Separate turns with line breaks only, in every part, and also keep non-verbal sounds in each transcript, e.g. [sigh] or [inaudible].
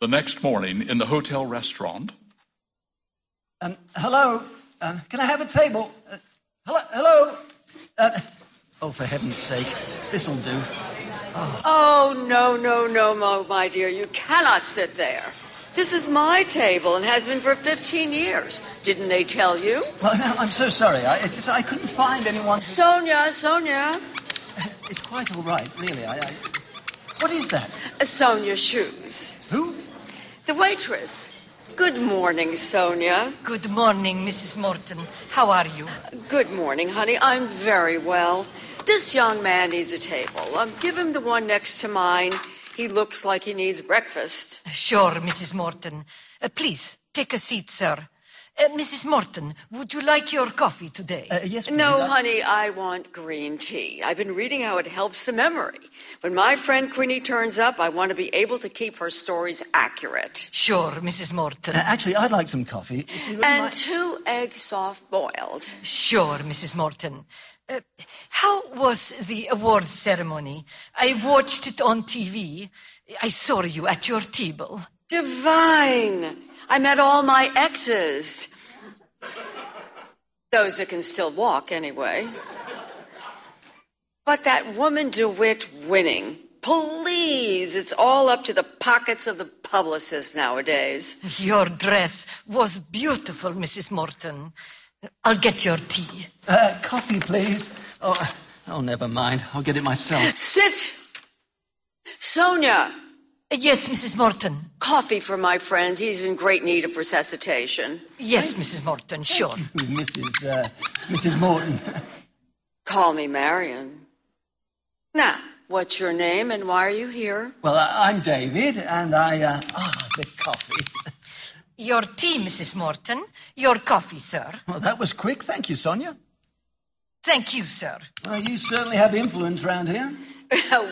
The next morning, in the hotel restaurant,
Um, hello, um, can I have a table? Uh, hello, hello. Uh, oh, for heaven's sake, this'll do.
Oh, no, no, no, Mo, my dear. You cannot sit there. This is my table and has been for 15 years. Didn't they tell you?
Well, no, I'm so sorry. I, it's just, I couldn't find anyone. [laughs] who-
Sonia, Sonia.
It's quite all right, really. I, I, what is that?
Uh, Sonia Shoes.
Who?
The waitress. Good morning, Sonia.
Good morning, Mrs. Morton. How are you?
Good morning, honey. I'm very well. This young man needs a table. Um, give him the one next to mine. He looks like he needs breakfast.
Sure, Mrs. Morton. Uh, please, take a seat, sir. Uh, Mrs. Morton, would you like your coffee today?
Uh, yes, please.
No,
I-
honey, I want green tea. I've been reading how it helps the memory. When my friend Queenie turns up, I want to be able to keep her stories accurate.
sure, Mrs. Morton.
Uh, actually, I'd like some coffee. Uh, if you wouldn't
And
mind.
two eggs soft boiled.
sure, Mrs. Morton. Uh, how was the awards ceremony? I watched it on TV. I saw you at your table.
Divine! I met all my exes. Those that can still walk, anyway. But that woman DeWitt winning. Please, it's all up to the pockets of the publicists nowadays.
Your dress was beautiful, Mrs. Morton. Uh, I'll get your tea.
Uh, coffee, please. Oh, oh, never mind. I'll get it myself.
Sit! Sonia!
Uh, yes, Mrs. Morton.
Coffee for my friend. He's in great need of resuscitation.
Yes, Mrs.
[laughs]
Morton, sure.
Mrs. Uh, Mrs. Morton.
Call me Marion. Now, what's your name and why are you here? [laughs]
Well, I, I'm David, and I. Uh, ah, the coffee. [laughs]
Your tea, Mrs. Morton. Your coffee, sir.
Well, that was quick. Thank you, Sonia.
Thank you, sir.
Well, you certainly have influence round here.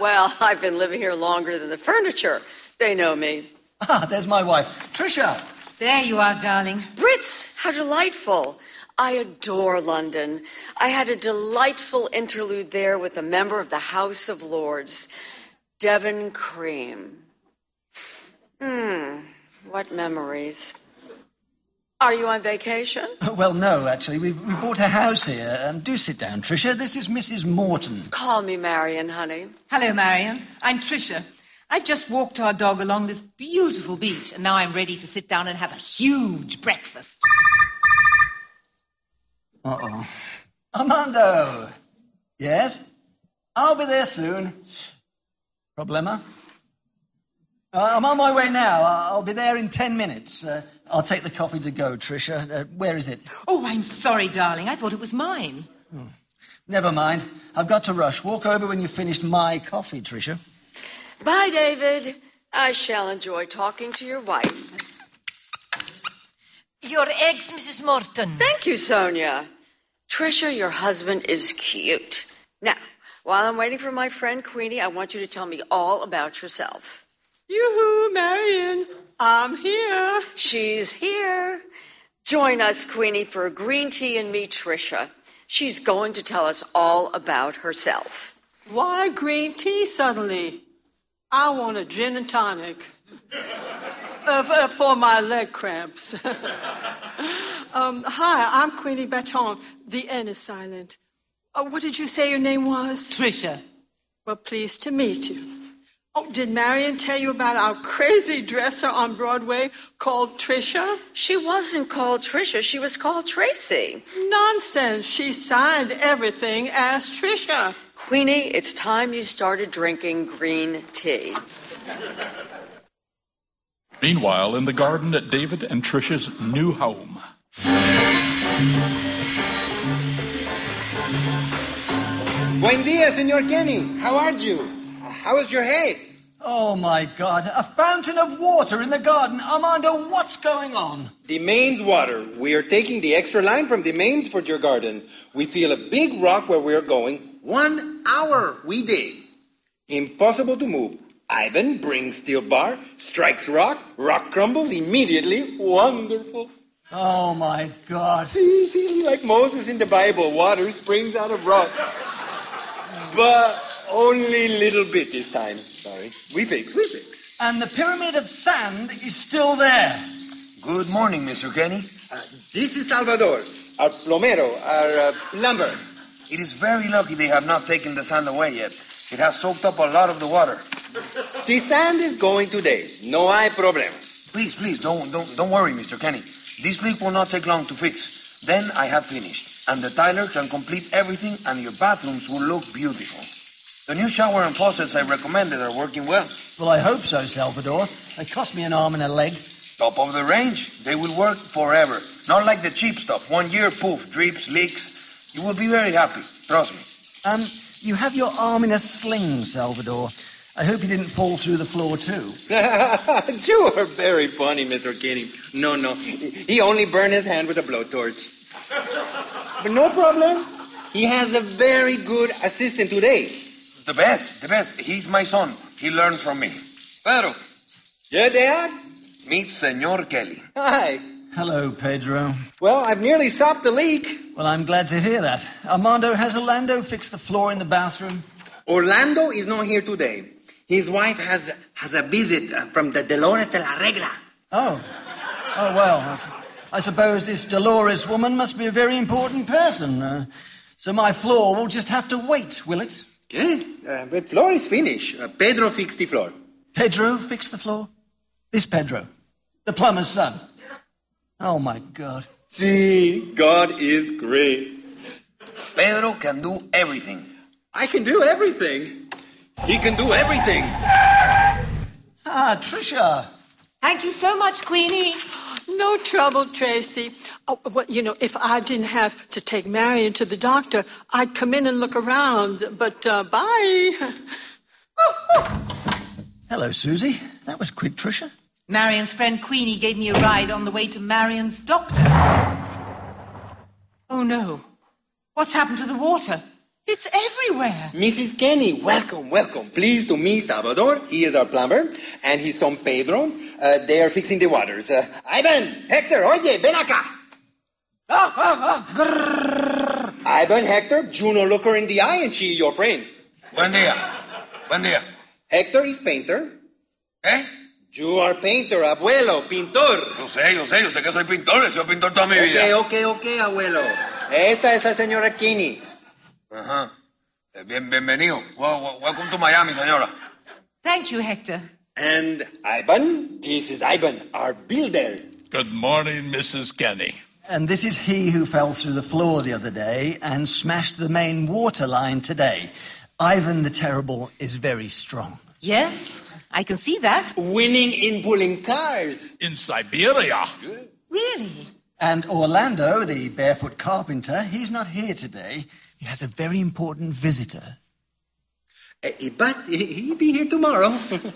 well, I've been living here longer than the furniture. They know me.
[laughs] Ah, there's my wife, Tricia.
There you are, darling.
Brits, how delightful. I adore London. I had a delightful interlude there with a member of the House of Lords, Devon Cream. Hmm, what memories. Are you on vacation?
[laughs] Well, no, actually, we've we bought a house here. Um, do sit down, Tricia. This is Mrs. Morton.
Call me Marion, honey.
Hello, Marion. I'm Tricia. I've just walked our dog along this beautiful beach, and now I'm ready to sit down and have a huge breakfast.
Uh oh. Armando. Yes. I'll be there soon. Problema. Uh, I'm on my way now. I- I'll be there in ten minutes. Uh, I'll take the coffee to go, Tricia. Uh, where is it?
Oh, I'm sorry, darling. I thought it was mine.
Never mind. I've got to rush. Walk over when you've finished my coffee, Tricia.
Bye, David. I shall enjoy talking to your wife.
Your eggs, Mrs. Morton.
Thank you, Sonia. Trisha, your husband is cute. Now, while I'm waiting for my friend Queenie, I want you to tell me all about yourself.
Yoo-hoo, Marion. I'm here.
She's here. Join us, Queenie, for a green tea and meet Trisha. She's going to tell us all about herself.
Why green tea suddenly? I want a gin and tonic [laughs] Uh, f- uh, for my leg cramps. [laughs] um, hi, I'm Queenie Baton. The N is silent. Uh, what did you say your name was?
Tricia.
Well, pleased to meet you. Oh, did Marion tell you about our crazy dresser on Broadway called Trisha?
She wasn't called Trisha, she was called Tracy.
Nonsense. She signed everything as Trisha.
Queenie, it's time you started drinking green tea.
meanwhile, in the garden at David and Trisha's new home.
Buen dia, Senor Kenny. How are you? How is your head?
Oh my God! A fountain of water in the garden. Armando, what's going on?
The mains water. We are taking the extra line from the mains for your garden. We feel a big rock where we are going. One hour we dig. Impossible to move. Ivan brings steel bar, strikes rock, rock crumbles immediately. Wonderful.
Oh my God!
See, see, like Moses in the Bible, water springs out of rock. But only little bit this time. Sorry. We fix, we fix.
And the pyramid of sand is still there.
Good morning, Mr. Kenny.
Uh, this is Salvador, our plomero, our uh, plumber.
It is very lucky they have not taken the sand away yet. It has soaked up a lot of the water.
The sand is going today. No hay problema.
Please, please, don't, don't, don't worry, Mr. Kenny. This leak will not take long to fix. Then I have finished, and the tiler can complete everything, and your bathrooms will look beautiful. The new shower and faucets I recommended are working well.
Well, I hope so, Salvador. They cost me an arm and a leg.
Top of the range. They will work forever. Not like the cheap stuff. One year, poof, drips, leaks. You will be very happy. Trust me.
Um, you have your arm in a sling, Salvador. I hope you didn't fall through the floor, too.
[laughs] you are very funny, Mr. Kenny. No, no. He only burned his hand with a blowtorch. But no problem. He has a very good assistant today.
The best, the best. He's my son. He learned from me. Pedro,
Yeah, Dad?
meet Senor Kelly.
Hi.
Hello, Pedro.
Well, I've nearly stopped the leak.
Well, I'm glad to hear that. Armando, has Orlando fixed the floor in the bathroom?
Orlando is not here today. His wife has has a visit uh, from the Dolores de la Regla.
Oh. Oh, well, I, s- I suppose this Dolores woman must be a very important person. Uh, so my floor will just have to wait, will it?
Good. Uh, the floor is finished. Uh, Pedro fixed the floor.
Pedro fix the floor? This Pedro, the plumber's son. Oh, my God.
See, God is great.
Pedro can do everything.
I can do everything. He can do everything.
Ah, Trisha.
Thank you so much, Queenie.
No trouble, Tracy. Oh, well, you know, if I didn't have to take Marion to the doctor, I'd come in and look around. But uh, bye.
Hello, Susie. That was quick, Trisha.
Marion's friend Queenie gave me a ride on the way to Marion's doctor. Oh no. What's happened to the water? It's everywhere.
Mrs. Kenny, welcome, welcome. Pleased to meet Salvador. He is our plumber, and his son Pedro. Uh, they are fixing the waters. Uh, Ivan, Hector, oye, ven acá. Ivan, Hector, Juno, look her in the eye, and she is your friend.
Buen día. Buen día.
Hector is painter.
¿Eh?
You are painter, abuelo, pintor.
Yo sé, yo sé, yo sé que soy pintor. He sido pintor toda mi
Okay,
vida.
okay, okay, abuelo. Esta es la señora Kenny.
Ajá. Eh, Bien, bienvenido. Wel- wel- Welcome to Miami, señora.
Thank you, Hector.
And Ivan, this is Ivan, our builder.
Good morning, Mrs. Kenny.
And this is he who fell through the floor the other day and smashed the main water line today. Ivan the Terrible is very strong.
Yes, I can see that.
Winning in pulling cars.
In Siberia.
Really?
And Orlando, the barefoot carpenter, he's not here today. He has a very important visitor.
Uh, But he'll be here tomorrow.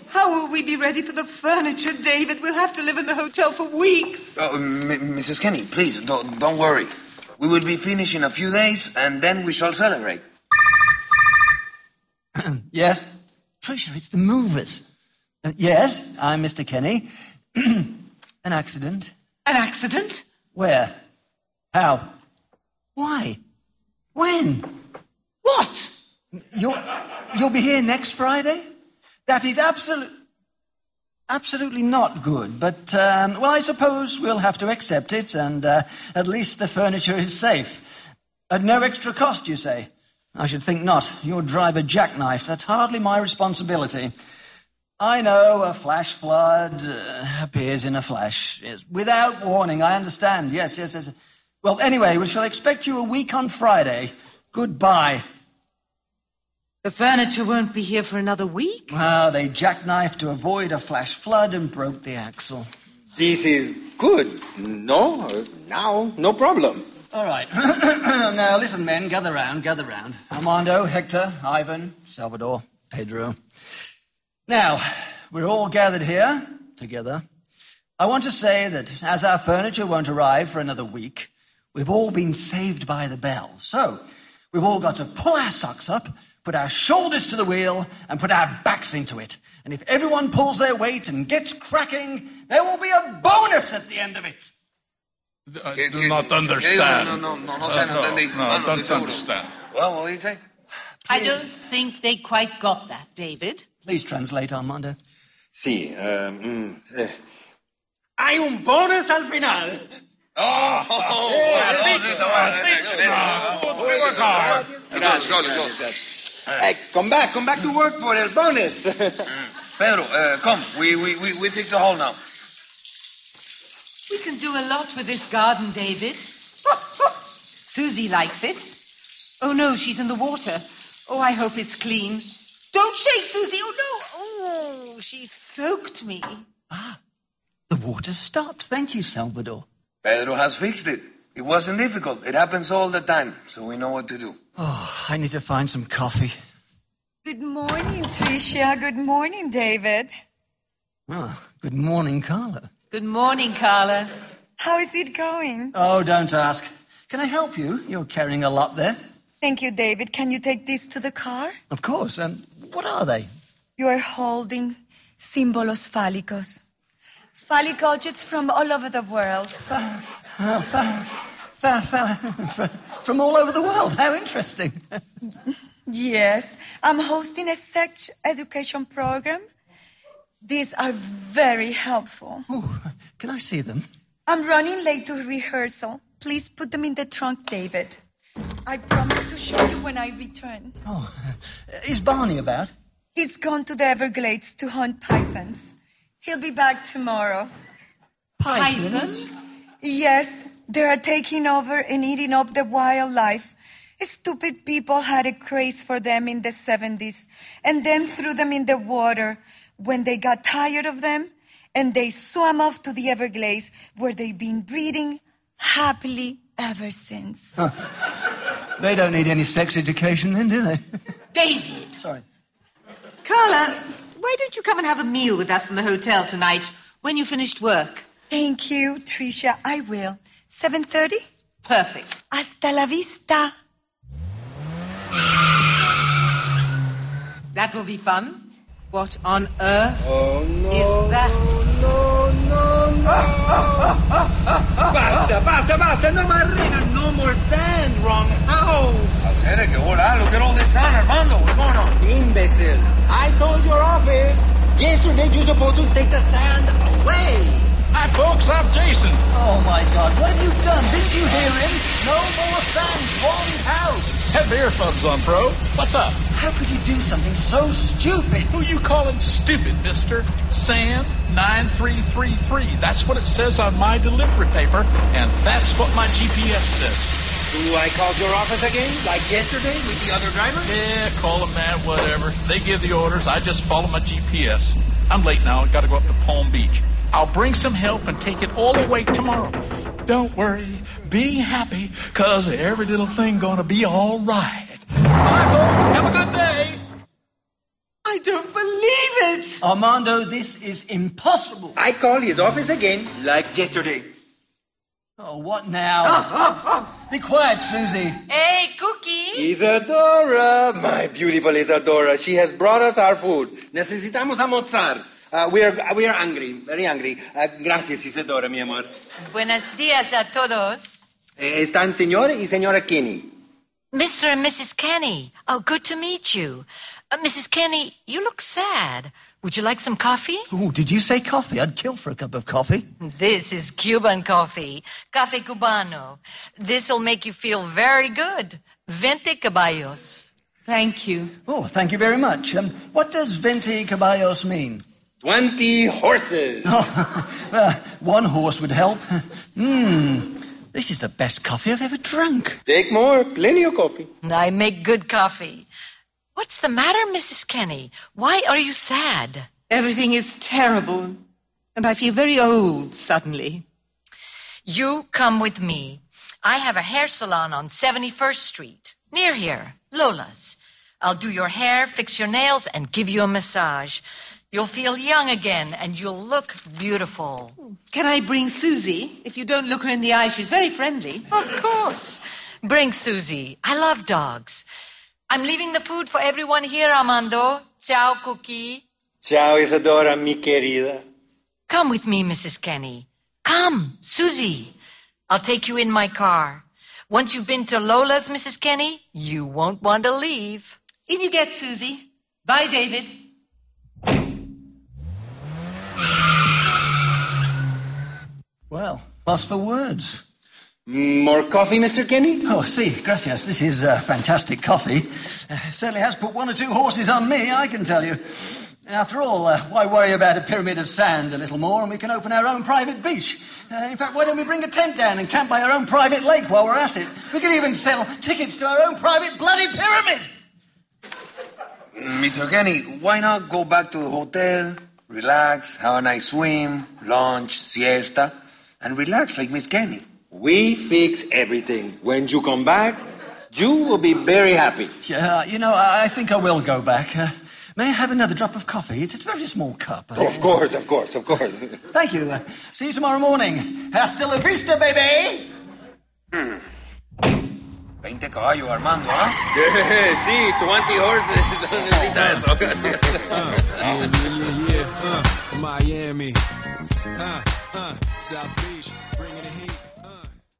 How will we be ready for the furniture, David? We'll have to live in the hotel for weeks.
Oh, M- Mrs. Kenny, please, don't, don't worry. We will be finished in a few days, and then we shall celebrate.
Yes? Trisha, it's the movers. Uh, yes, I'm Mr. Kenny. [clears throat] An accident?
An accident?
Where? How? Why? When?
What?
You'll, you'll be here next Friday? That is absolute, absolutely not good, but, um, well, I suppose we'll have to accept it, and uh, at least the furniture is safe. At no extra cost, you say? I should think not. Your driver jackknifed. That's hardly my responsibility. I know a flash flood uh, appears in a flash. Yes, without warning, I understand. Yes, yes, yes. Well, anyway, we shall expect you a week on Friday. Goodbye.
The furniture won't be here for another week?
Wow, they jackknifed to avoid a flash flood and broke the axle.
this is good. No, uh, now, no problem.
All right. [clears throat] now, listen, men, gather round, gather round. Armando, Hector, Ivan, Salvador, Pedro. Now, we're all gathered here together. I want to say that as our furniture won't arrive for another week, we've all been saved by the bell. So, we've all got to pull our socks up, put our shoulders to the wheel, and put our backs into it. And if everyone pulls their weight and gets cracking, there will be a bonus at the end of it.
I
Que-
do
que-
not
que-
understand.
No, no, no, no, no
Uh,
sé, no entendí.
no,
Ah,
I
no, estoy
don't
seguro.
understand.
Well, what did he say?
I don't think they quite got that, David.
Please translate, Armando.
Sí. eh, mm, eh. Hay un bonus al final.
¡Oh!
Eh, come back, come back to work for el bonus. [laughs]
Pedro, uh, come. We, we, we, we fix the hall now.
We can do a lot with this garden, David. [laughs] Susie likes it. Oh no, she's in the water. Oh, I hope it's clean. Don't shake, Susie. Oh no. Oh, she soaked me.
The water stopped. Thank you, Salvador.
Pedro has fixed it. It wasn't difficult. It happens all the time, so we know what to do.
Oh, I need to find some coffee.
Good morning, Tricia. Good morning, David.
Oh, good morning, Carla.
Good morning, Carla.
How is it going?
Oh, don't ask. Can I help you? You're carrying a lot there.
Thank you, David. Can you take these to the car?
Of course. And what are they?
You are holding símbolos fálicos. Phallic objects from all over the world.
Oh, fa- fa- fa- from all over the world. How interesting.
Yes, I'm hosting a sex education program. These are very helpful.
Ooh, can I see them?
I'm running late to rehearsal. Please put them in the trunk, David. I promise to show you when I return.
Oh, is Barney about?
He's gone to the Everglades to hunt pythons. He'll be back tomorrow. Yes, they are taking over and eating up the wildlife. Stupid people had a craze for them in the 70s and then threw them in the water when they got tired of them and they swam off to the Everglades where they've been breeding happily ever since.
They don't need any sex education then, do they?
David.
Sorry.
Carla, why don't you come and have a meal with us in the hotel tonight when you finished work?
Thank you, Tricia. I will. 7:30?
Perfect.
Hasta la vista.
That will be fun. What on earth
Oh, no.
is that?
No, no, no. basta, basta, basta. No más arena, no more sand. Wrong house.
Hacer que hola. Look at all this sun, Armando. What's going on?
Imbecile. I told your office yesterday you're supposed to take the sand away.
Hi, folks, I'm Jason.
Oh my god, what have you done? Did you hear him? No more sand, one house!
Have earphones on, bro. What's up?
How could you do something so stupid?
Who you calling stupid, mister? Sam 9333. That's what it says on my delivery paper, and that's what my GPS says.
Do I call your office again, like yesterday with the other driver?
Yeah, call them mad, whatever. They give the orders. I just follow my GPS. I'm late now. I gotta go up to Palm Beach. I'll bring some help and take it all away tomorrow. Don't worry. Be happy, cause every little thing gonna be alright. Bye, folks. Have a good day.
I don't believe it.
Armando, this is impossible.
I call his office again, like yesterday.
Oh, what now? Be quiet, Susie.
Hey, Cookie!
Isadora, my beautiful Isadora, she has brought us our food. Necesitamos almorzar. Uh, we are we are hungry, very hungry. Uh, gracias, Isadora, mi amor.
Buenos dias a todos.
Eh, están señor y señora Kenny.
Mr. and Mrs. Kenny, oh, good to meet you. Uh, Mrs. Kenny, you look sad. Would you like some coffee?
Oh, did you say coffee? I'd kill for a cup of coffee.
This is Cuban coffee, Cafe Cubano. This'll make you feel very good. Vente caballos.
Thank you.
Oh, thank you very much. Um, what does venti caballos mean? [laughs] Oh,
Twenty horses.
Well, one horse would help. Mmm, this is the best coffee I've ever drunk.
Take more, plenty of coffee.
I make good coffee. What's the matter, Mrs. Kenny? Why are you sad?
Everything is terrible. And I feel very old suddenly.
You come with me. I have a hair salon on 71st Street, near here, Lola's. I'll do your hair, fix your nails, and give you a massage. You'll feel young again, and you'll look beautiful.
Can I bring Susie? If you don't look her in the eye, she's very friendly.
Of course. Bring Susie. I love dogs. I'm leaving the food for everyone here, Armando. Ciao, Cookie.
Ciao, Isadora, mi querida.
Come with me, Mrs. Kenny. Come, Susie. I'll take you in my car. Once you've been to Lola's, Mrs. Kenny, you won't want to leave.
In you get, Susie. Bye, David.
Well, lost for words.
More coffee, Mr. Kenny?
Oh, see, gracias. This is uh, fantastic coffee. Uh, certainly has put one or two horses on me, I can tell you. After all, uh, why worry about a pyramid of sand a little more and we can open our own private beach? Uh, in fact, why don't we bring a tent down and camp by our own private lake while we're at it? We can even sell tickets to our own private bloody pyramid!
Mr. Kenny, why not go back to the hotel, relax, have a nice swim, lunch, siesta, and relax like Miss Kenny?
We fix everything. When you come back, you will be very happy.
Yeah, uh, you know, I I think I will go back. Uh, may I have another drop of coffee? It's a very small cup.
Of course, of course, of course.
Thank you. Uh, see you tomorrow morning. Hasta la vista, baby!
20 caballos, Armando, ¿ah?
sí, 20 horses. No necesita eso.
yeah, yeah, yeah, uh, Miami, uh, uh, South Beach, bringing it here.